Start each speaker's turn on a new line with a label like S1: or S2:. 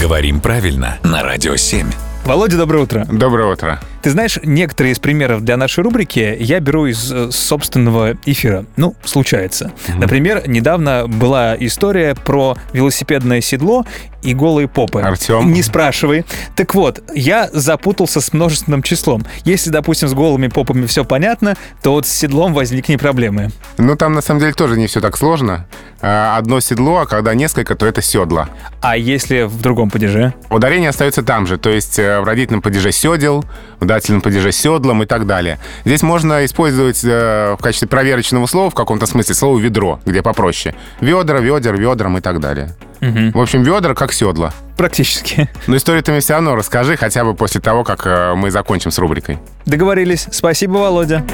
S1: Говорим правильно на Радио 7.
S2: Володя, доброе утро.
S3: Доброе утро.
S2: Ты знаешь, некоторые из примеров для нашей рубрики я беру из э, собственного эфира. Ну, случается. Например, недавно была история про велосипедное седло и голые попы.
S3: Артём.
S2: Не спрашивай. Так вот, я запутался с множественным числом. Если, допустим, с голыми попами все понятно, то вот с седлом возникли проблемы.
S3: Ну, там на самом деле тоже не все так сложно. А, Одно седло, а когда несколько, то это седло.
S2: А если в другом падеже?
S3: Ударение остается там же, то есть э, в родительном падеже седел, в дательном падеже седлом и так далее. Здесь можно использовать э, в качестве проверочного слова, в каком-то смысле, слово ведро, где попроще. Ведра, ведер, ведром и так далее. В общем, ведра как седла.
S2: Практически.
S3: Но историю ты мне все равно расскажи, хотя бы после того, как э, мы закончим с рубрикой.
S2: Договорились. Спасибо, Володя.